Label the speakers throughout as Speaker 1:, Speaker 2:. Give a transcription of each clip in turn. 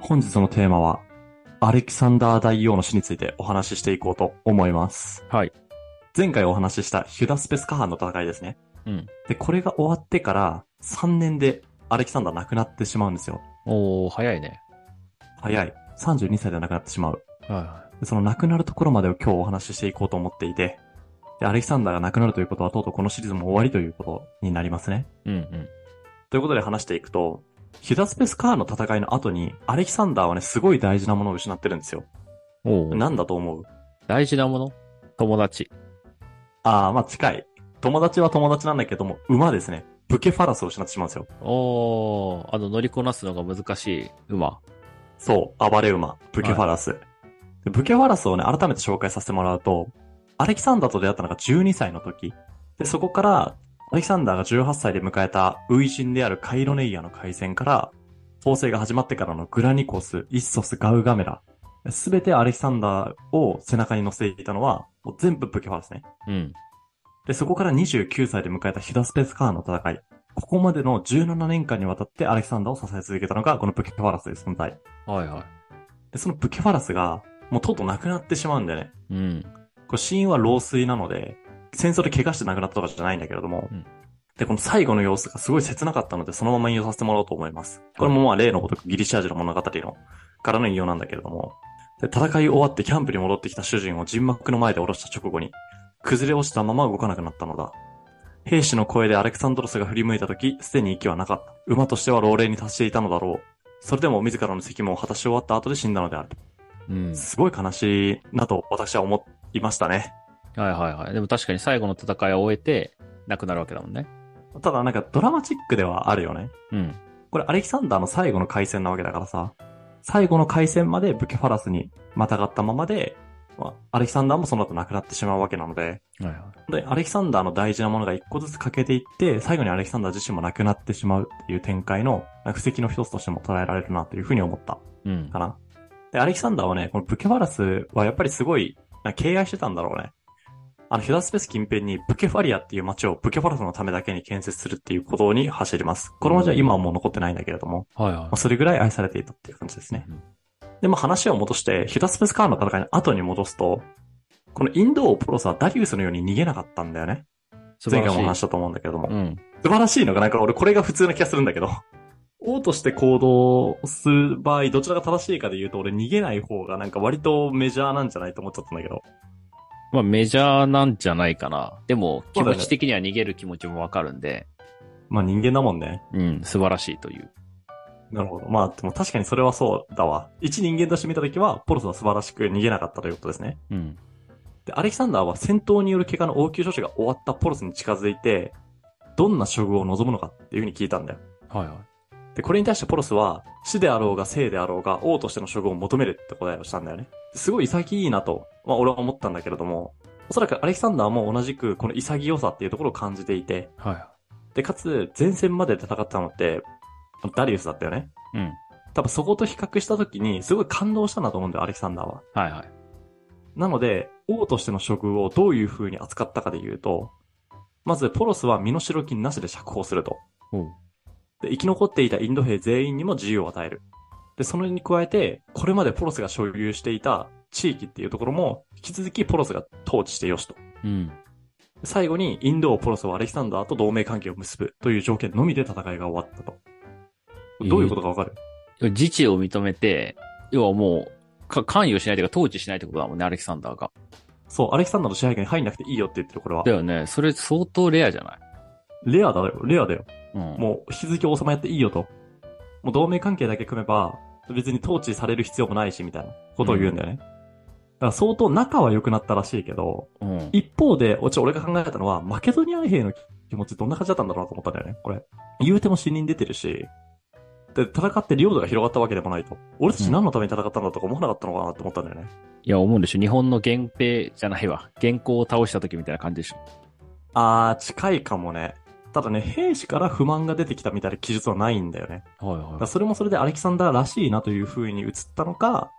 Speaker 1: 本日のテーマは、アレキサンダー大王の死についてお話ししていこうと思います。
Speaker 2: はい。
Speaker 1: 前回お話ししたヒュダスペスカハンの戦いですね。
Speaker 2: うん。
Speaker 1: で、これが終わってから3年でアレキサンダー亡くなってしまうんですよ。
Speaker 2: おー、早いね。
Speaker 1: 早い。32歳で亡くなってしまう。
Speaker 2: は
Speaker 1: でその亡くなるところまでを今日お話ししていこうと思っていて、で、アレキサンダーが亡くなるということはとうとうこのシリーズも終わりということになりますね。
Speaker 2: い。うんうん。
Speaker 1: ということで話していくと、ヒュダスペスカーの戦いの後に、アレキサンダーはね、すごい大事なものを失ってるんですよ。
Speaker 2: おー、
Speaker 1: なんだと思う
Speaker 2: 大事なもの友達。
Speaker 1: ああ、まあ近い。友達は友達なんだけども、馬ですね。ブケファラスを失ってしまうんですよ。
Speaker 2: おー、あの、乗りこなすのが難しい馬。
Speaker 1: そう、暴れ馬、ブケファラス。でブケファラスをね、改めて紹介させてもらうと、アレキサンダーと出会ったのが12歳の時。で、そこから、アレキサンダーが18歳で迎えた、初陣であるカイロネイアの海戦から、統制が始まってからのグラニコス、イッソス、ガウガメラ。すべてアレキサンダーを背中に乗せていたのは、もう全部ブケファラスね。
Speaker 2: うん。
Speaker 1: で、そこから29歳で迎えたヒュダスペースカーの戦い。ここまでの17年間にわたってアレキサンダーを支え続けたのが、このブケファラスという存在。
Speaker 2: はいは
Speaker 1: で、そのブケファラスが、もうとうとう亡くなってしまうんだよね。
Speaker 2: い。うん。
Speaker 1: これ死因は老衰なので、戦争で怪我して亡くなったとかじゃないんだけれども、
Speaker 2: うん
Speaker 1: で、この最後の様子がすごい切なかったので、そのまま引用させてもらおうと思います。これもまあ例のごとくギリシア人の物語の、からの引用なんだけれども、で戦い終わってキャンプに戻ってきた主人を陣幕の前で降ろした直後に、崩れ落ちたまま動かなくなったのだ。兵士の声でアレクサンドロスが振り向いた時、すでに息はなかった。馬としては老齢に達していたのだろう。それでも自らの責務を果たし終わった後で死んだのである。
Speaker 2: うん。
Speaker 1: すごい悲しいなと私は思いましたね。
Speaker 2: はいはいはい。でも確かに最後の戦いを終えて、亡くなるわけだもんね。
Speaker 1: ただなんかドラマチックではあるよね。
Speaker 2: うん。
Speaker 1: これアレキサンダーの最後の回戦なわけだからさ、最後の回戦までブケファラスにまたがったままで、まあアレキサンダーもその後亡くなってしまうわけなので、
Speaker 2: はいはい。
Speaker 1: で、アレキサンダーの大事なものが一個ずつ欠けていって、最後にアレキサンダー自身も亡くなってしまうっていう展開の、なんか布石の一つとしても捉えられるなというふうに思った。
Speaker 2: うん
Speaker 1: か。な。で、アレキサンダーはね、このブケファラスはやっぱりすごい、なんか敬愛してたんだろうね。あの、ヘダスペース近辺にブケファリアっていう街をブケファラスのためだけに建設するっていうことに走ります。この街は今はもう残ってないんだけれども、
Speaker 2: はい
Speaker 1: まあ、
Speaker 2: は
Speaker 1: それぐらい愛されていたっていう感じです
Speaker 2: い。
Speaker 1: ね。で、まあ話を戻して、ヒュダスペースカーの戦いの後に戻すと、このインド王プロスはダリウスのように逃げなかったんだよね。
Speaker 2: 素
Speaker 1: 前回
Speaker 2: 晴ら
Speaker 1: も
Speaker 2: しい
Speaker 1: お話し。したと思うんだけれども
Speaker 2: う。ん。
Speaker 1: 素晴らしいのが、なんか俺これが普通な気がするんだけど。 王として行動する場合、どちらが正しいかで言うと、俺逃げない方がなんか割とメジャーなんじゃないと思っちゃったんだけど。
Speaker 2: まあメジャーなんじゃないかな。でも、
Speaker 1: そ
Speaker 2: 気
Speaker 1: うだね
Speaker 2: 持ち的には逃げる気持ちもわかるんで、
Speaker 1: まあ人間だもんね。
Speaker 2: うん、素晴らしいという。
Speaker 1: なるほど。まあでも確かにそれはそうだわ。一人間として見たときは、ポロスは素晴らしく逃げなかったということですね。
Speaker 2: うん。
Speaker 1: で、アレキサンダーは戦闘による怪我の応急処置が終わったポロスに近づいて、どんな処遇を望むのかっていうふうに聞いたんだよ。
Speaker 2: はいは
Speaker 1: で、これに対してポロスは、死であろうが生であろうが王としての処遇を求めるって答えをしたんだよね。すごい潔いなと、まあ俺は思ったんだけれども、おそらくアレキサンダーも同じくこの潔さっていうところを感じていて、
Speaker 2: い。は
Speaker 1: で、かつ前線まで戦ってたのって、ダリウスだったよね。
Speaker 2: い。うん。
Speaker 1: 多分そこと比較した時にすごい感動したなと思うんだよ、アレキサンダーは。
Speaker 2: はいはい。
Speaker 1: なので、王としての処遇をどういう風に扱ったかで言うと、まずポロスは身の代金なしで釈放すると。
Speaker 2: おう
Speaker 1: で、生き残っていたインド兵全員にも自由を与える。で、それに加えて、これまでポロスが所有していた地域っていうところも、引き続きポロスが統治してよしと。
Speaker 2: うん。
Speaker 1: 最後に、インド王ポロスはアレキサンダーと同盟関係を結ぶという条件のみで戦いが終わったと。どういうことかわかる、
Speaker 2: 自治を認めて、要はもう、か関与しないというか、統治しないってことだもんね、アレキサンダーが。
Speaker 1: そう、アレキサンダーの支配下に入んなくていいよって言ってる、これは
Speaker 2: だ。よね。それ相当レアじゃない
Speaker 1: レアだよ、レアだよ。
Speaker 2: うん。
Speaker 1: もう、引き続き王様やっていいよと。もう同盟関係だけ組めば、別に統治される必要もないし、みたいなことを言うんだよね。だから相当仲は良くなったらしいけど、
Speaker 2: うん。
Speaker 1: 一方で、おちょ俺が考えたのは、マケドニア兵の気持ちどんな感じだったんだろうなと思ったんだよね、これ。言うても死人出てるし、で、戦って領土が広がったわけでもないと。俺たち何のために戦ったんだとか思わなかったのかなって思ったんだよね。
Speaker 2: いや、思うんでしょ。日本の源平じゃないわ。元寇を倒した時みたいな感じでしょ。
Speaker 1: あー、近いかもね。ただね、兵士から不満が出てきたみたいな記述はないんだよね。
Speaker 2: はい
Speaker 1: だから
Speaker 2: は
Speaker 1: それもそれでアレキサンダーらしいなという風に映ったのか、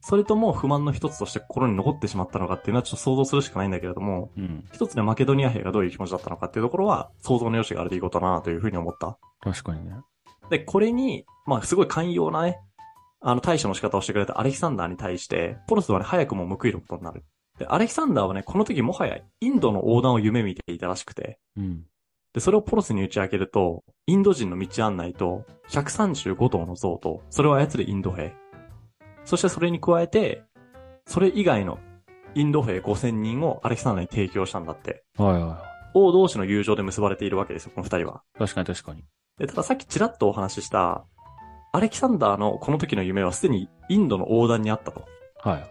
Speaker 1: それとも不満の一つとして心に残ってしまったのかっていうのはちょっと想像するしかないんだけれども、
Speaker 2: い。うん。
Speaker 1: 一つね、マケドニア兵がどういう気持ちだったのかっていうところは、想像の余地がある出来事だなという風に思った。
Speaker 2: 確かにね。
Speaker 1: で、これに、まあ、すごい寛容なね、あの、対処の仕方をしてくれたアレキサンダーに対して、ポロスはね、早くも報いることになる。で、アレキサンダーはね、この時もはやインドの横断を夢見ていたらしくて、
Speaker 2: うん。
Speaker 1: で、それをポロスに打ち明けると、インド人の道案内と、135頭の像と、それを操るインド兵。そしてそれに加えて、それ以外のインド兵5000人をアレキサンダーに提供したんだって。
Speaker 2: はいは
Speaker 1: 王同士の友情で結ばれているわけですよ、この二人は。
Speaker 2: い。確かに確かに。
Speaker 1: で、たださっきちらっとお話しした、アレキサンダーのこの時の夢はすでにインドの横断にあったと。
Speaker 2: はい。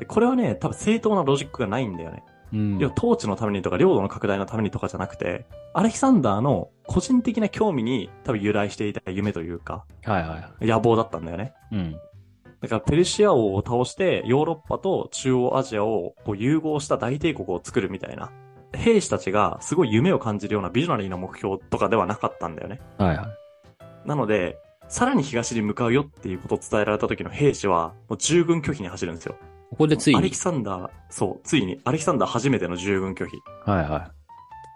Speaker 1: でこれはね、多分正当なロジックがないんだよね。
Speaker 2: うん。
Speaker 1: 要は統治のためにとか領土の拡大のためにとかじゃなくて、アレキサンダーの個人的な興味に多分由来していた夢というか、
Speaker 2: はいは
Speaker 1: 野望だったんだよね。
Speaker 2: い。うん。
Speaker 1: だからペルシア王を倒してヨーロッパと中央アジアをこう融合した大帝国を作るみたいな。兵士たちがすごい夢を感じるようなビジョナリーな目標とかではなかったんだよね。
Speaker 2: はいはい。
Speaker 1: なので、さらに東に向かうよっていうことを伝えられた時の兵士は、もう従軍拒否に走るんですよ。
Speaker 2: ここでつい
Speaker 1: アレ
Speaker 2: に
Speaker 1: キ。サンダー、そう、ついに、アレキサンダー初めての従軍拒否。
Speaker 2: はいは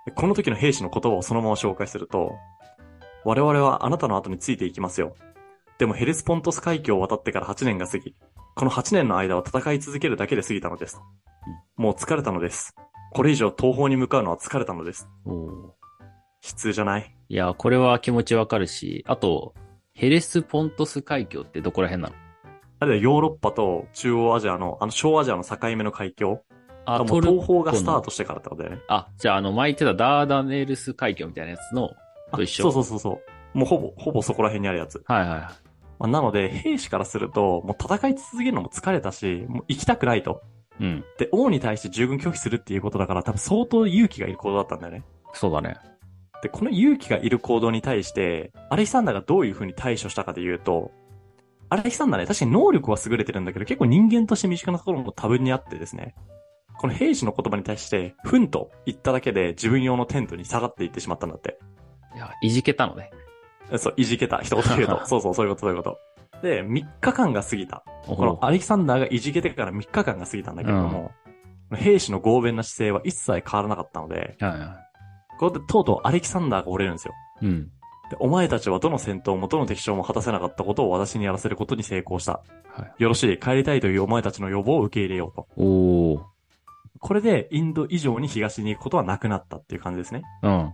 Speaker 1: でこの時の兵士の言葉をそのまま紹介すると、我々はあなたの後についていきますよ。でもヘルスポントス海峡を渡ってから8年が過ぎ、この8年の間は戦い続けるだけで過ぎたのです。もう疲れたのです。これ以上東方に向かうのは疲れたのです。
Speaker 2: い。
Speaker 1: 悲
Speaker 2: おー
Speaker 1: 痛じゃない
Speaker 2: いや、これは気持ちわかるし、あと、ヘレスポントス海峡ってどこら辺なの
Speaker 1: あるいはヨーロッパと中央アジアの、あの小アジアの境目の海峡。
Speaker 2: あ、
Speaker 1: も
Speaker 2: ト
Speaker 1: う
Speaker 2: ルコの
Speaker 1: 東方がスタートしてからってことだよね。
Speaker 2: あ、じゃあ、あの、前言ってたダーダネルス海峡みたいなやつの、
Speaker 1: あ
Speaker 2: と一緒
Speaker 1: そうそうそうそう。もうほぼ、ほぼそこら辺にあるやつ。
Speaker 2: はいはいはい。
Speaker 1: まあなので、兵士からすると、もう戦い続けるのも疲れたし、もう行きたくないと。
Speaker 2: うん。
Speaker 1: で、王に対して従軍拒否するっていうことだから、多分相当勇気がいる行動だったんだよね。
Speaker 2: そうだね。
Speaker 1: で、この勇気がいる行動に対して、アレキサンダーがどういう風に対処したかで言うと、アレキサンダーね、確かに能力は優れてるんだけど、結構人間として身近なところも多分にあってですね、この兵士の言葉に対して、ふんと言っただけで自分用のテントに下がっていってしまったんだって。
Speaker 2: いや、いじけたのね。
Speaker 1: そう、いじけた。一言で言う と。そうそう、そういうこと、そういうこと。で、3日間が過ぎた。
Speaker 2: お
Speaker 1: このアレキサンダーがいじけてから3日間が過ぎたんだけれども、兵士の強弁な姿勢は一切変わらなかったので、
Speaker 2: はいは
Speaker 1: ここでとうとうアレキサンダーが折れるんですよ。
Speaker 2: い。うん。
Speaker 1: でお前たちはどの戦闘もどの敵将も果たせなかったことを私にやらせることに成功した。
Speaker 2: はい。
Speaker 1: よろしい、帰りたいというお前たちの要望を受け入れようと。
Speaker 2: おー。
Speaker 1: これでインド以上に東に行くことはなくなったっていう感じですね。
Speaker 2: うん。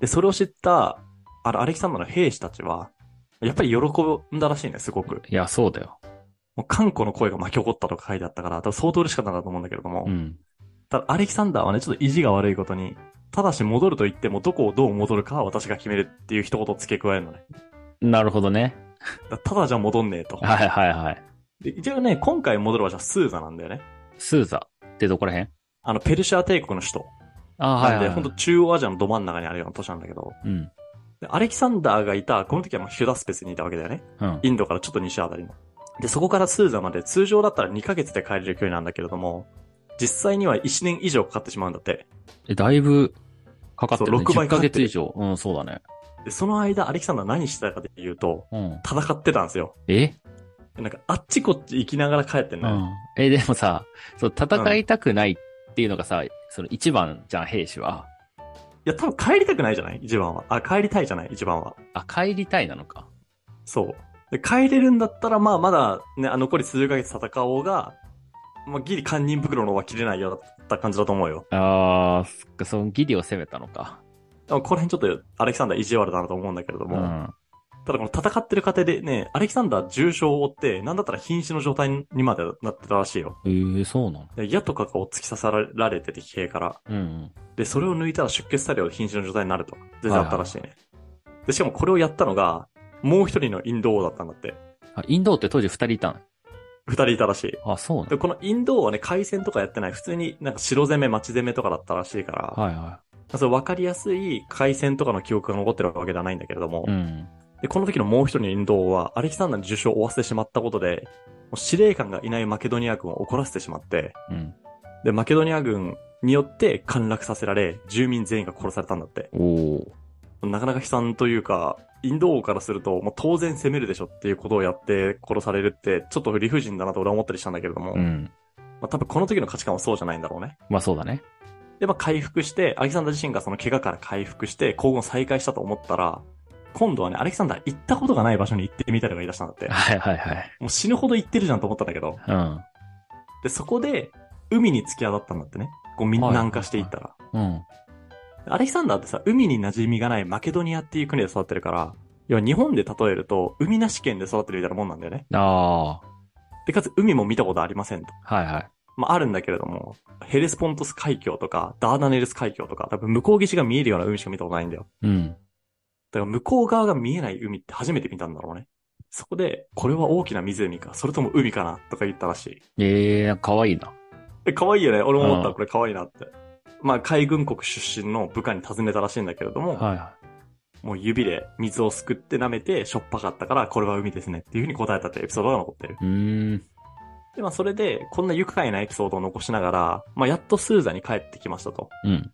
Speaker 1: で、それを知った、あの、アレキサンダーの兵士たちは、やっぱり喜んだらしいね、すごく。
Speaker 2: いや、そうだよ。
Speaker 1: もう、韓国の声が巻き起こったとか書いてあったから、多分相当嬉しかったんだと思うんだけれども、
Speaker 2: うん。
Speaker 1: ただ、アレキサンダーはね、ちょっと意地が悪いことに、ただし戻ると言っても、どこをどう戻るかは私が決めるっていう一言付け加えるのね。
Speaker 2: なるほどね。
Speaker 1: だただじゃ戻んねえと。
Speaker 2: はいはいはい。
Speaker 1: で一応ね、今回戻る場所はスーザなんだよね。
Speaker 2: スーザってどこら辺
Speaker 1: あの、ペルシア帝国の首都。
Speaker 2: あ
Speaker 1: なん
Speaker 2: ーはい
Speaker 1: で、
Speaker 2: はい。
Speaker 1: ほんと中央アジアのど真ん中にあるような都市なんだけど、
Speaker 2: うん。
Speaker 1: でアレキサンダーがいた、この時はもうヒュダスペスにいたわけだよね。
Speaker 2: うん。
Speaker 1: インドからちょっと西あたりの。で、そこからスーザまで通常だったら2ヶ月で帰れる距離なんだけれども、実際には1年以上かかってしまうんだって。
Speaker 2: え、だいぶ、かかってる、ね。
Speaker 1: そう6倍
Speaker 2: 10
Speaker 1: か
Speaker 2: ヶ
Speaker 1: かって
Speaker 2: 月
Speaker 1: る
Speaker 2: 以上。うん、そうだね。
Speaker 1: で、その間、アレキサンダー何してたかっていうと、
Speaker 2: うん。
Speaker 1: 戦ってたんですよ。
Speaker 2: え
Speaker 1: なんか、あっちこっち行きながら帰ってん
Speaker 2: う
Speaker 1: のよ。
Speaker 2: ん。え、でもさ、そう、戦いたくないっていうのがさ、その一番じゃん、兵士は。
Speaker 1: いや、多分帰りたくないじゃない一番は。あ、帰りたいじゃない一番は。
Speaker 2: あ、帰りたいなのか。
Speaker 1: そう。で、帰れるんだったら、まあ、まだ、ね、あ残り数ヶ月戦おうが、まあ、ギリ堪忍袋の方は切れないようだった感じだと思うよ。
Speaker 2: あー、そっか、そのギリを攻めたのか。
Speaker 1: でもこの辺ちょっと、アレキサンダー意地悪だなと思うんだけれど
Speaker 2: う
Speaker 1: も、
Speaker 2: ん。
Speaker 1: ただこの戦ってる過程でね、アレキサンダー重傷を負って、なんだったら瀕死の状態にまでなってたらしいよ。
Speaker 2: えー、そうなの
Speaker 1: で矢とかがお突き刺さられてて、騎兵から。
Speaker 2: うんうん。
Speaker 1: で、それを抜いたら出血多量で瀕死の状態になると。全然あったらしいね。で、しかもこれをやったのが、もう一人のインド王だったんだって。
Speaker 2: あ、インド王って当時二人いたの
Speaker 1: 二人いたらしい。
Speaker 2: あ、そうな
Speaker 1: で、このインド王はね、海戦とかやってない、普通になんか城攻め、町攻めとかだったらしいから、
Speaker 2: のはいは
Speaker 1: そう分かりやすい海戦とかの記憶が残ってるわけではないんだけれども、
Speaker 2: い。うん。
Speaker 1: で、この時のもう一人のインド王は、アレキサンダーに受賞を負わせてしまったことで、もう司令官がいないマケドニア軍を怒らせてしまって、
Speaker 2: うん。
Speaker 1: で、マケドニア軍によって陥落させられ、住民全員が殺されたんだって。
Speaker 2: おー。
Speaker 1: なかなか悲惨というか、インド王からすると、もう当然攻めるでしょっていうことをやって殺されるって、ちょっと理不尽だなと俺は思ったりしたんだけれども、
Speaker 2: う
Speaker 1: ま
Speaker 2: ん。
Speaker 1: あ多分この時の価値観はそうじゃないんだろうね。
Speaker 2: まあそうだね。
Speaker 1: で、まあ回復して、アレキサンダー自身がその怪我から回復して、行軍を再開したと思ったら、今度はね、アレキサンダー行ったことがない場所に行ってみたいとか言い出したんだって。
Speaker 2: はいはいはい。
Speaker 1: もう死ぬほど行ってるじゃんと思ったんだけど。
Speaker 2: うん。
Speaker 1: で、そこで、海に突き当たったんだってね。こう、みんな
Speaker 2: はい
Speaker 1: 南下していったら。
Speaker 2: うん。
Speaker 1: アレキサンダーってさ、海に馴染みがないマケドニアっていう国で育ってるから、要は日本で例えると、海なし県で育ってるみたいなもんなんだよね。
Speaker 2: あ
Speaker 1: で、かつ海も見たことありませんと。
Speaker 2: あー。はいはい。
Speaker 1: まあ、あるんだけれども、ヘレスポントス海峡とか、ダーダネルス海峡とか、多分向こう岸が見えるような海しか見たことないんだよ。
Speaker 2: うん。
Speaker 1: だから向こう側が見えない海って初めて見たんだろうね。そこで、これは大きな湖か、それとも海かなとか言ったらしい。
Speaker 2: ええー、なんか可愛いな。
Speaker 1: え、可愛いよね。俺も思った
Speaker 2: う
Speaker 1: わ
Speaker 2: ん
Speaker 1: これ可愛いなって。まあ、海軍国出身の部下に尋ねたらしいんだけれども、
Speaker 2: はいはい。
Speaker 1: もう指で水をすくって舐めてしょっぱかったから、これは海ですねっていうふうに答えたってエピソードが残ってる。
Speaker 2: うーん。
Speaker 1: で、まあそれで、こんな愉快なエピソードを残しながら、まあやっとスーザに帰ってきましたと。
Speaker 2: うん。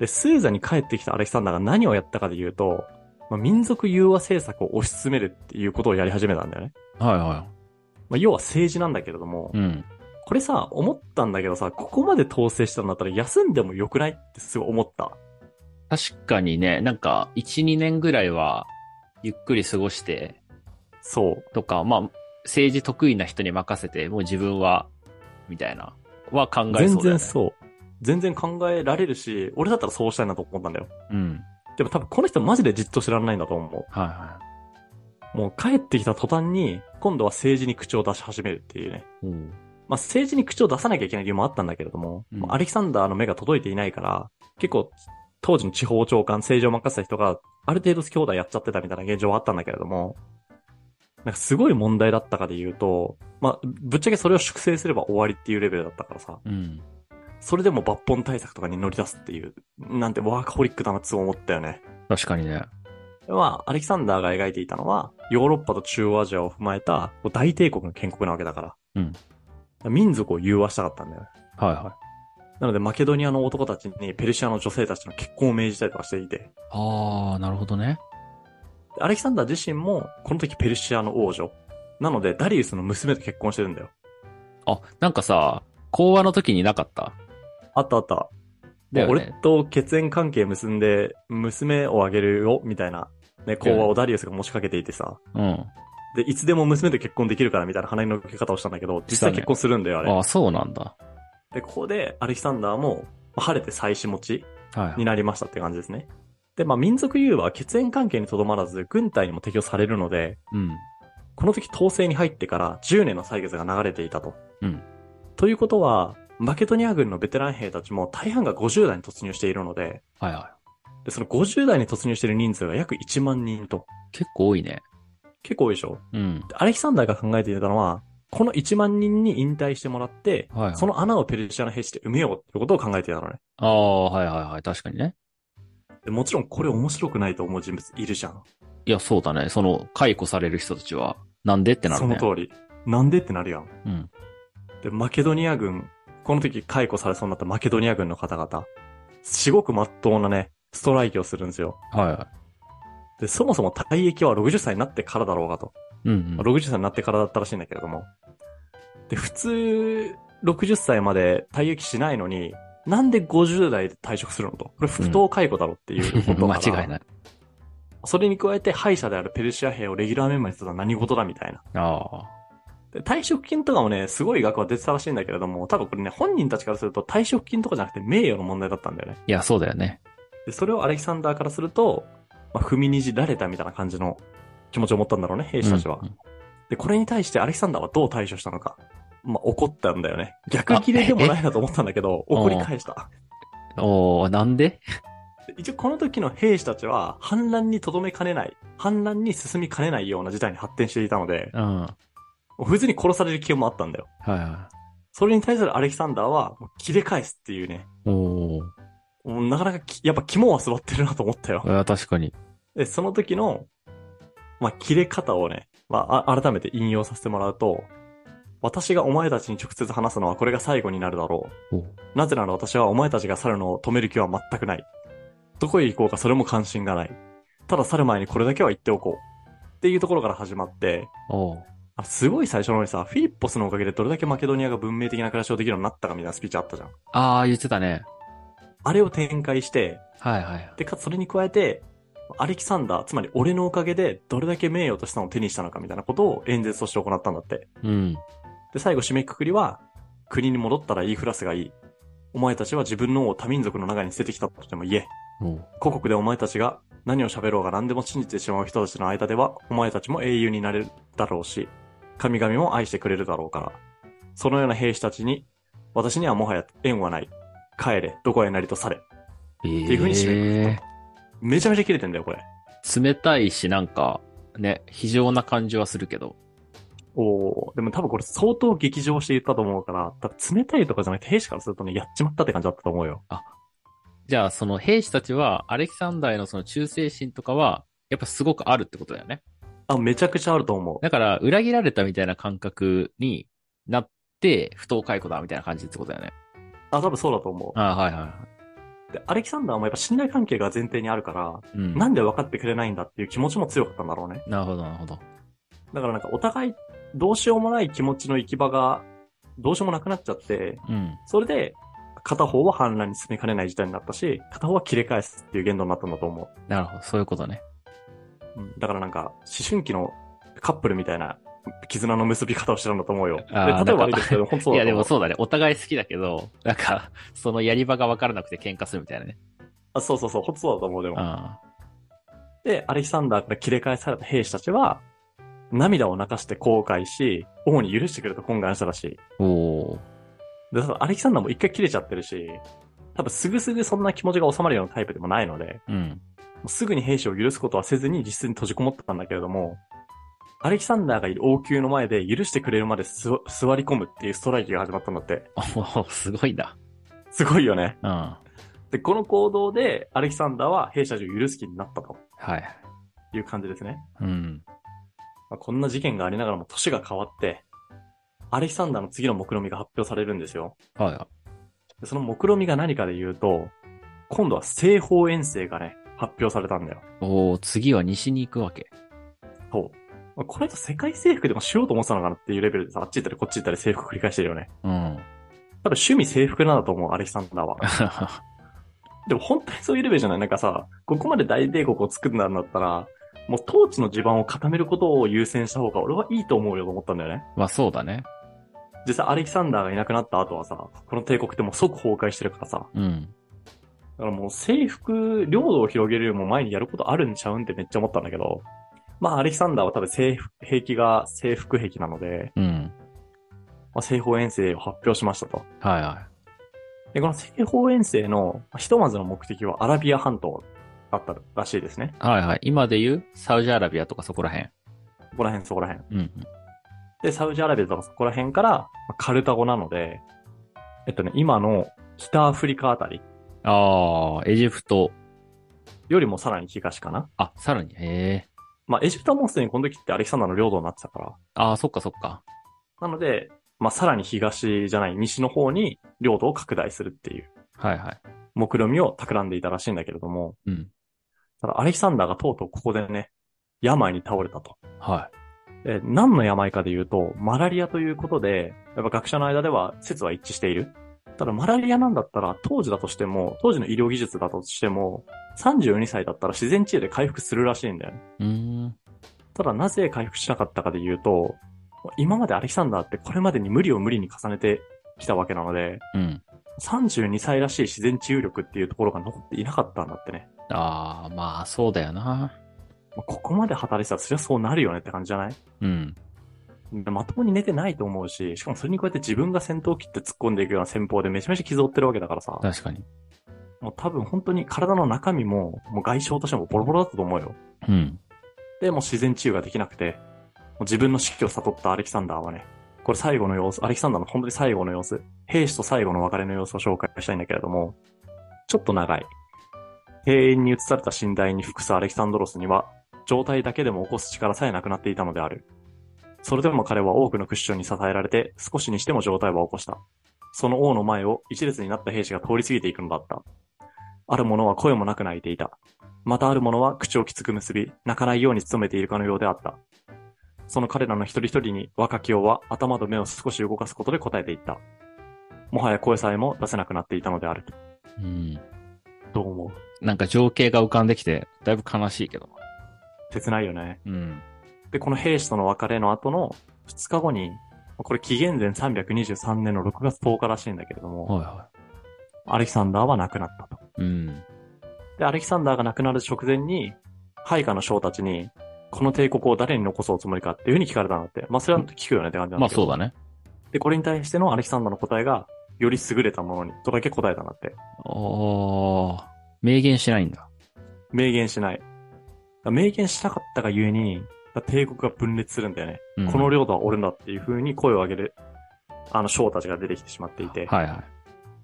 Speaker 1: で、スーザに帰ってきたアレキサンダーが何をやったかで言うと、まあ、民族融和政策を推し進めるっていうことをやり始めたんだよね。
Speaker 2: はいは
Speaker 1: まあ要は政治なんだけれども、
Speaker 2: い。うん。
Speaker 1: これさ、思ったんだけどさ、ここまで統制したんだったら休んでもよくないってすごい思った。
Speaker 2: 確かにね、なんか、1、2年ぐらいは、ゆっくり過ごして、
Speaker 1: そう。
Speaker 2: とか、まあ、政治得意な人に任せて、もう自分は、みたいな、は
Speaker 1: 全
Speaker 2: 考えそうだよね。
Speaker 1: 然そう。全然考えられるし、俺だったらそうしたいなと思ったんだよ。
Speaker 2: う。うん。
Speaker 1: でも多分この人マジでじっと知らないんだと思
Speaker 2: はいは
Speaker 1: う。もう帰ってきた途端に、今度は政治に口を出し始めるっていうね。
Speaker 2: い。うん。
Speaker 1: まあ政治に口を出さなきゃいけない理由もあったんだけれども、
Speaker 2: うん
Speaker 1: もうアレキサンダーの目が届いていないから、結構当時の地方長官、政治を任せた人がある程度兄弟やっちゃってたみたいな現状はあったんだけれども、なんかすごい問題だったかで言うと、まあぶっちゃけそれを粛清すれば終わりっていうレベルだったからさ、
Speaker 2: うん。
Speaker 1: それでも抜本対策とかに乗り出すっていう、なんてワーカホリックだなって思ったよね。
Speaker 2: 確かにね。
Speaker 1: まあ、アレキサンダーが描いていたのは、ヨーロッパと中央アジアを踏まえたこう大帝国の建国なわけだから。
Speaker 2: うん
Speaker 1: 民族を融和したかったんだよね。
Speaker 2: はいはい。
Speaker 1: なので、マケドニアの男たちにペルシアの女性たちの結婚を命じたりとかしていて、
Speaker 2: ああ、なるほどね。
Speaker 1: でアレキサンダー自身も、この時ペルシアの王女。なので、ダリウスの娘と結婚してるんだよ。
Speaker 2: あ、なんかさ、講話の時になかった。
Speaker 1: あったあった。
Speaker 2: だ
Speaker 1: で、
Speaker 2: よ
Speaker 1: 俺
Speaker 2: ね。
Speaker 1: と血縁関係結んで、娘をあげるよ、みたいな、ね、講話をダリウスが持ちかけていてさ。
Speaker 2: うん。
Speaker 1: で、いつでも娘と結婚できるからみたいな鼻にのけ方をしたんだけど、実際結婚するんだよ、あれ。
Speaker 2: ああ、そうなんだ。
Speaker 1: で、ここでアレキサンダーも、まあ晴れて妻子持ち
Speaker 2: はいはい
Speaker 1: に。なりましたって感じですね。で、まあ、民族融和は血縁関係にとどまらず、軍隊にも適用されるので、
Speaker 2: うん。
Speaker 1: この時統制に入ってから10年の歳月が流れていたと。
Speaker 2: うん
Speaker 1: ということは、マケドニア軍のベテラン兵たちも大半が50代に突入しているので、
Speaker 2: はいは
Speaker 1: で、その50代に突入している人数が約1万人と。
Speaker 2: い。結構多いね。
Speaker 1: 結構多いでしょ
Speaker 2: うん。
Speaker 1: でアレキサンダーが考えていたのは、この1万人に引退してもらって、
Speaker 2: はいはい
Speaker 1: その穴をペルシアの兵士で埋めようってことを考えていたのね。
Speaker 2: ああ、はいはいはい。確かにね。
Speaker 1: でもちろんこれ面白くないと思う人物いるじゃん。
Speaker 2: いや、そうだね。その、解雇される人たちは、なんでってなる
Speaker 1: その
Speaker 2: ね。
Speaker 1: 通り。なんでってなるやん。
Speaker 2: うん。
Speaker 1: で、マケドニア軍、この時解雇されそうになったマケドニア軍の方々、すごく真っ当なね、ストライキをするんですよ。
Speaker 2: はいは
Speaker 1: で、そもそも退役は60歳になってからだろうがと。
Speaker 2: い。うん、
Speaker 1: ま
Speaker 2: う
Speaker 1: あ
Speaker 2: ん。
Speaker 1: 60歳になってからだったらしいんだけれども。で、普通、60歳まで退役しないのに、なんで50代で退職するのと。これ不当解雇だろっていうことだから、
Speaker 2: 間違いない。
Speaker 1: それに加えて敗者であるペルシア兵をレギュラーメンバーにするのは何事だみたいな。
Speaker 2: あ
Speaker 1: で退職金とかもね、すごい額は出てたらしいんだけれども、多分これね、本人たちからすると退職金とかじゃなくて名誉の問題だったんだよね
Speaker 2: あ。。いや、そうだよね。
Speaker 1: で、それをアレキサンダーからすると、まあ、踏みにじられたみたいな感じの気持ちを持ったんだろうね、兵士たちは。
Speaker 2: うんうん
Speaker 1: で、これに対してアレキサンダーはどう対処したのか。まあ、怒ったんだよね。逆切れでもないなと思ったんだけど、
Speaker 2: え
Speaker 1: 怒り返した。
Speaker 2: おー、なんで
Speaker 1: で一応この時の兵士たちは、反乱にとどめかねない、反乱に進みかねないような事態に発展していたので、
Speaker 2: うん。は
Speaker 1: もう普通に殺される危険もあったんだよ。
Speaker 2: いは
Speaker 1: それに対するアレキサンダーは、もう切れ返すっていうね、
Speaker 2: い。おー。
Speaker 1: もうなかなかき、やっぱ肝は座ってるなと思ったよ
Speaker 2: い。や、確かに。
Speaker 1: で、その時の、まあ、切れ方をね、まあ、あ改めて引用させてもらうと、私がお前たちに直接話すのはこれが最後になるだろ
Speaker 2: おー
Speaker 1: う。なぜなら私はお前たちが去るのを止める気は全くない。どこへ行こうかそれも関心がない。ただ去る前にこれだけは言っておこう。っていうところから始まって、
Speaker 2: おー。
Speaker 1: あすごい最初の方にさ、フィリッポスのおかげでどれだけマケドニアが文明的な暮らしをできるようになったかみたいなスピーチあったじゃん。
Speaker 2: あー、言ってたね。
Speaker 1: あれを展開して、
Speaker 2: はいはい。
Speaker 1: で、かつそれに加えて、アレキサンダー、つまり俺のおかげでどれだけ名誉としたのを手にしたのかみたいなことを演説として行ったんだって。
Speaker 2: うん。
Speaker 1: で、最後締めくくりは、国に戻ったら言いふらすがいい。お前たちは自分の王を多民族の中に捨ててきたとでも言え。
Speaker 2: も
Speaker 1: 故国でお前たちが何を喋ろうが何でも信じてしまう人たちの間では、お前たちも英雄になれるだろうし、神々も愛してくれるだろうから。そのような兵士たちに、私にはもはや縁はない。帰れ、どこへなりとされ。
Speaker 2: う。え
Speaker 1: っていう風に締めくくっためちゃめちゃ切れてんだよ、これ。
Speaker 2: ー冷たいし、なんか、ね、非常な感じはするけど。
Speaker 1: おーでも多分これ相当激情して言ったと思うから、多分冷たいとかじゃなくて兵士からするとね、やっちまったって感じだったと思うよ。
Speaker 2: じゃあ、その兵士たちは、アレキサンダーへのその忠誠心とかは、やっぱすごくあるってことだよね。
Speaker 1: あ、めちゃくちゃあると思う。
Speaker 2: だから、裏切られたみたいな感覚になって、不当解雇だみたいな感じってことだよね。
Speaker 1: あ、多分そうだと思
Speaker 2: ああ、はいはいは
Speaker 1: う。で、アレキサンダーもやっぱ信頼関係が前提にあるから、
Speaker 2: い。うん。
Speaker 1: なんで分かってくれないんだっていう気持ちも強かったんだろうね。
Speaker 2: なるほど、なるほど。
Speaker 1: だからなんかお互いどうしようもない気持ちの行き場がどうしようもなくなっちゃって、
Speaker 2: うん。
Speaker 1: それで片方は反乱に進みかねない事態になったし、片方は切れ返すっていう言動になったんだと思
Speaker 2: なるほど、そういうことね。
Speaker 1: う。うん、だからなんか思春期のカップルみたいな絆の結び方をしてたんだと思うよ。で例え
Speaker 2: あ
Speaker 1: ば
Speaker 2: ーな
Speaker 1: 悪
Speaker 2: ん
Speaker 1: い
Speaker 2: か
Speaker 1: ですけど、本当そだと思
Speaker 2: いう
Speaker 1: う。
Speaker 2: や、でもそうだね。お互い好きだけど、なんか、そのやり場が分からなくて喧嘩するみたいなね。
Speaker 1: あそうそうそう、本当そうだと思う、でも。
Speaker 2: あ
Speaker 1: で、アレキサンダーから切れ返された兵士たちは、涙を流して後悔し、王に許してくれと懇願したらしい。
Speaker 2: あ。おー
Speaker 1: で、そのアレキサンダーも一回切れちゃってるし、多分すぐすぐそんな気持ちが収まるようなタイプでもないので、
Speaker 2: うん。
Speaker 1: もうすぐに兵士を許すことはせずに実質に閉じこもってたんだけれども、アレキサンダーがいる王宮の前で許してくれるまですわ座り込むっていうストライキが始まったんだって。
Speaker 2: おすごいな。
Speaker 1: すごいよね。
Speaker 2: うん。は
Speaker 1: で、この行動でアレキサンダーは兵士たちを許す気になったと
Speaker 2: い。
Speaker 1: いう感じですね。
Speaker 2: うん。
Speaker 1: まあ、こんな事件がありながらも年が変わって、アレキサンダーの次の目論見みが発表されるんですよ。
Speaker 2: は
Speaker 1: でその目論見みが何かで言うと、今度は西方遠征がね、発表されたんだよ。
Speaker 2: い。おお次は西に行くわけ。
Speaker 1: そう。まあこれと世界征服でもしようと思ってたのかなっていうレベルでさ、あっち行ったりこっち行ったり征服繰り返してるよね。
Speaker 2: うん。
Speaker 1: 多分趣味征服なんだと思う、アレキサンダーは。でも本当にそういうレベルじゃないなんかさ、ここまで大帝国を作るんだんだったら、もう統治の地盤を固めることを優先した方が俺はいいと思うよと思ったんだよね。
Speaker 2: まあそうだね。
Speaker 1: 実際アレキサンダーがいなくなった後はさ、この帝国ってもう即崩壊してるからさ、
Speaker 2: うん。
Speaker 1: だからもう征服、領土を広げるよりも前にやることあるんちゃうんってめっちゃ思ったんだけど、まあアレキサンダーは多分征服兵器が征服兵器なので、
Speaker 2: うん。
Speaker 1: まあ、西方遠征を発表しましたと。
Speaker 2: はいは
Speaker 1: で、この西方遠征の、まあひとまずの目的はアラビア半島だったらしいですね。
Speaker 2: い。はいはい。今で言う、サウジアラビアとかそこら辺。
Speaker 1: ここら辺、そこら辺。
Speaker 2: うんうん。
Speaker 1: で、サウジアラビアとかそこら辺から、まあカルタゴなので、えっとね、今の北アフリカあたり
Speaker 2: ああ、エジプト。
Speaker 1: よりもさらに東かな。
Speaker 2: あ、さらに。へえ。
Speaker 1: まあ、エジプトはもうすでにこの時ってアレキサンダーの領土になってたから。
Speaker 2: ああ、そっかそっか。
Speaker 1: なので、まあ、さらに東じゃない、西の方に領土を拡大するっていう
Speaker 2: はいはい。
Speaker 1: 目論見を企んでいたらしいんだけれども、
Speaker 2: うん。
Speaker 1: ただアレキサンダーがとうとうここでね、病に倒れたと。
Speaker 2: は
Speaker 1: えー何の病かで言うと、マラリアということで、やっぱ学者の間では説は一致している。ただ、マラリアなんだったら、当時だとしても、当時の医療技術だとしても、32歳だったら自然治癒で回復するらしいんだよね。
Speaker 2: い。うーん。
Speaker 1: ただ、なぜ回復しなかったかで言うと、今までアレキサンダーってこれまでに無理を無理に重ねてきたわけなので、
Speaker 2: うん。
Speaker 1: 32歳らしい自然治癒力っていうところが残っていなかったんだってね。
Speaker 2: ああ、まあそうだよな。
Speaker 1: まあここまで働いてたら、そりゃそうなるよねって感じじゃない
Speaker 2: うん。
Speaker 1: まともに寝てないと思うし、しかもそれにこうやって自分が戦闘機って突っ込んでいくような戦法でめちゃめちゃ傷負ってるわけだからさ、
Speaker 2: 確かに。
Speaker 1: もう多分本当に体の中身も、もう外傷としてもボロボロだったと思うよ。
Speaker 2: うん。
Speaker 1: で、もう自然治癒ができなくて、もう自分の死期を悟ったアレキサンダーはね、これ最後の様子、アレキサンダーの本当に最後の様子、兵士と最後の別れの様子を紹介したいんだけれども、ちょっと長い。庭園に移された寝台に服すアレキサンドロスには、状態だけでも起こす力さえなくなっていたのである。それでも彼は多くのクッションに支えられて、少しにしても状態は起こした。その王の前を一列になった兵士が通り過ぎていくのだった。ある者は声もなく泣いていた。またある者は口をきつく結び、泣かないように努めているかのようであった。その彼らの一人一人に若き王は頭と目を少し動かすことで答えていった。もはや声さえも出せなくなっていたのである。
Speaker 2: うん。
Speaker 1: どう思う
Speaker 2: なんか情景が浮かんできて、だいぶ悲しいけど。
Speaker 1: 切ないよね。
Speaker 2: うん。
Speaker 1: で、この兵士との別れの後の2日後に、これ紀元前323年の6月10日らしいんだけれども、
Speaker 2: はいは
Speaker 1: アレキサンダーは亡くなったと。
Speaker 2: い。うん。
Speaker 1: で、アレキサンダーが亡くなる直前に、配下の将たちに、この帝国を誰に残すおつもりかっていうふうに聞かれたんだって。まあ、それは聞くよねって感じなんだ
Speaker 2: まあ
Speaker 1: けど。
Speaker 2: そうだね。
Speaker 1: で、これに対してのアレキサンダーの答えが、より優れたものに、とだけ答えたんだって。
Speaker 2: おー、明言しないんだ。
Speaker 1: 明言しない。だから明言したかったがゆえに、だから帝国が分裂するんだよね。
Speaker 2: うん
Speaker 1: この領土は俺のだっていう風に声を上げる、あの、将たちが出てきてしまっていて、
Speaker 2: はいはい。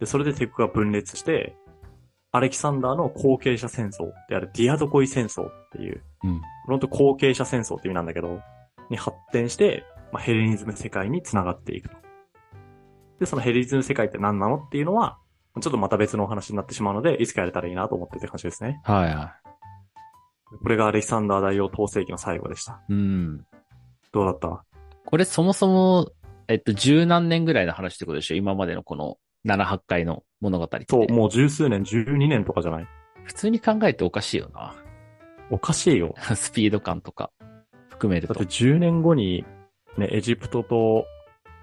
Speaker 1: で、それで帝国が分裂して、アレキサンダーの後継者戦争であるディアドコイ戦争っていう、
Speaker 2: うん。
Speaker 1: 本当後継者戦争って意味なんだけど、に発展して、まあ、ヘレニズム世界に繋がっていくと。で、そのヘレニズム世界って何なのっていうのは、ちょっとまた別のお話になってしまうので、いつかやれたらいいなと思ってって感じですね。
Speaker 2: はいは
Speaker 1: これがアレキサンダー大王統制期の最後でした。
Speaker 2: い。うん。
Speaker 1: どうだった
Speaker 2: これそもそも、えっと、十何年ぐらいの話ってことでしょ今までのこの7、8回の物語って。
Speaker 1: そう、もう十数年、十二年とかじゃない
Speaker 2: 普通に考えておかしいよな。
Speaker 1: おかしいよ。
Speaker 2: スピード感とか、含める
Speaker 1: だっ
Speaker 2: と
Speaker 1: て。10年後に、ね、エジプトと、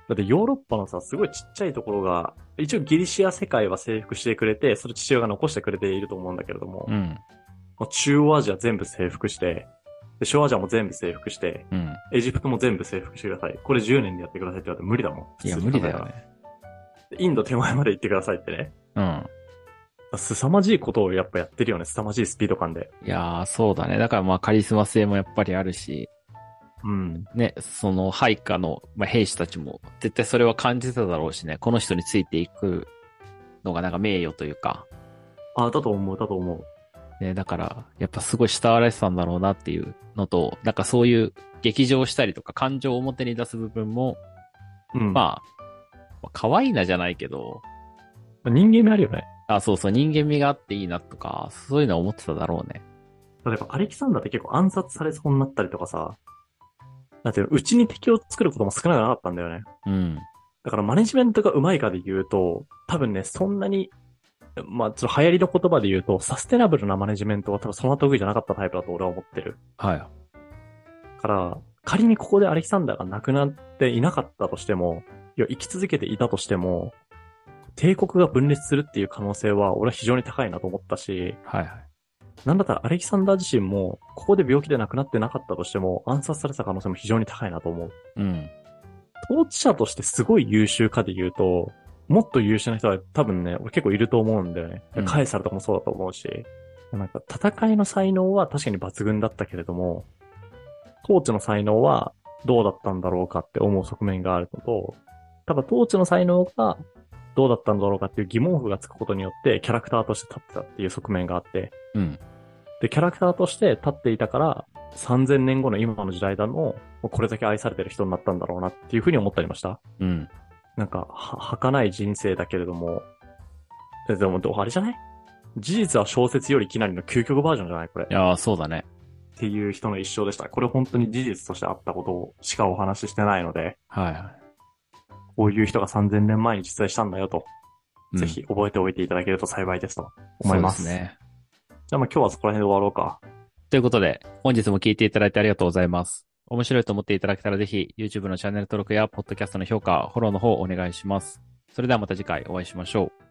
Speaker 1: だってヨーロッパのさ、すごいちっちゃいところが、一応ギリシア世界は征服してくれて、それ父親が残してくれていると思うんだけれども、
Speaker 2: うん。
Speaker 1: まあ中央アジア全部征服して、で、小アジアも全部征服して、
Speaker 2: うん。
Speaker 1: エジプトも全部征服してください。これ10年でやってくださいって言われて無理だもん。
Speaker 2: いや、
Speaker 1: 普通
Speaker 2: 無
Speaker 1: に考
Speaker 2: 理
Speaker 1: えた
Speaker 2: だ
Speaker 1: ら
Speaker 2: よ。ね。
Speaker 1: でインド手前まで行ってくださいってね。
Speaker 2: うん。
Speaker 1: 凄まじいことをやっぱやってるよね。凄まじいスピード感で。
Speaker 2: いやー、そうだね。だからまあカリスマ性もやっぱりあるし、
Speaker 1: うん。
Speaker 2: ね、その配下の、まあ、兵士たちも絶対それは感じてただろうしね、この人についていくのがなんか名誉というか、
Speaker 1: あ、だと思う、だと思う。
Speaker 2: ね、だからやっぱすごい慕われてたんだろうなっていうのと、なんかそういう劇場したりとか感情を表に出す部分も、
Speaker 1: うん。ま
Speaker 2: まあ、まあ、可愛いなじゃないけど、
Speaker 1: あ、人間味あるよね。
Speaker 2: あ、そうそう、人間味があっていいなとか、そういうのは思ってただろうね。
Speaker 1: 例えば、アレキサンダーって結構暗殺されそうになったりとかさ、だって、うちに敵を作ることも少なくなかったんだよね。
Speaker 2: うん。
Speaker 1: だから、マネジメントが上手いかで言うと、多分ね、そんなに、まあ、ちょっと流行りの言葉で言うと、サステナブルなマネジメントは多分そんな得意じゃなかったタイプだと俺は思ってる。
Speaker 2: はい。
Speaker 1: から、仮にここでアレキサンダーが亡くなっていなかったとしても、いや、生き続けていたとしても、帝国が分裂するっていう可能性は、俺は非常に高いなと思ったし、
Speaker 2: はいはい。
Speaker 1: なんだったらアレキサンダー自身も、ここで病気で亡くなってなかったとしても、暗殺された可能性も非常に高いなと思う。
Speaker 2: うん。
Speaker 1: 統治者としてすごい優秀かで言うと、もっと優秀な人は多分ね、俺結構いると思うんだよね
Speaker 2: うん。
Speaker 1: カエサルとかもそうだと思うし、なんか戦いの才能は確かに抜群だったけれども、統治の才能はどうだったんだろうかって思う側面があるのと、ただ統治の才能がどうだったんだろうかっていう疑問符がつくことによってキャラクターとして立ってたっていう側面があって、
Speaker 2: うん。
Speaker 1: で、キャラクターとして立っていたから、3000年後の今の時代だの、もうこれだけ愛されてる人になったんだろうなっていうふうに思ったりました。
Speaker 2: うん。
Speaker 1: なんか、は、儚い人生だけれども、えでも、どうあれじゃない事実は小説よりきなりの究極バージョンじゃないこれ。
Speaker 2: い
Speaker 1: っ
Speaker 2: やー、そうだね。
Speaker 1: ていう人の一生でした。これ本当に事実としてあったことしかお話ししてないので、
Speaker 2: はいは
Speaker 1: こういう人が3000年前に実在したんだよと、
Speaker 2: い。
Speaker 1: ぜひ覚えておいていただけると幸いですと
Speaker 2: うん、
Speaker 1: 思います。
Speaker 2: そうですね。
Speaker 1: じゃあまあ今日はそこら辺で終わろうか。
Speaker 2: ということで、本日も聞いていただいてありがとうございます。面白いと思っていただけたらぜひ、YouTube のチャンネル登録や、ポッドキャストの評価、フォローの方お願いします。それではまた次回お会いしましょう。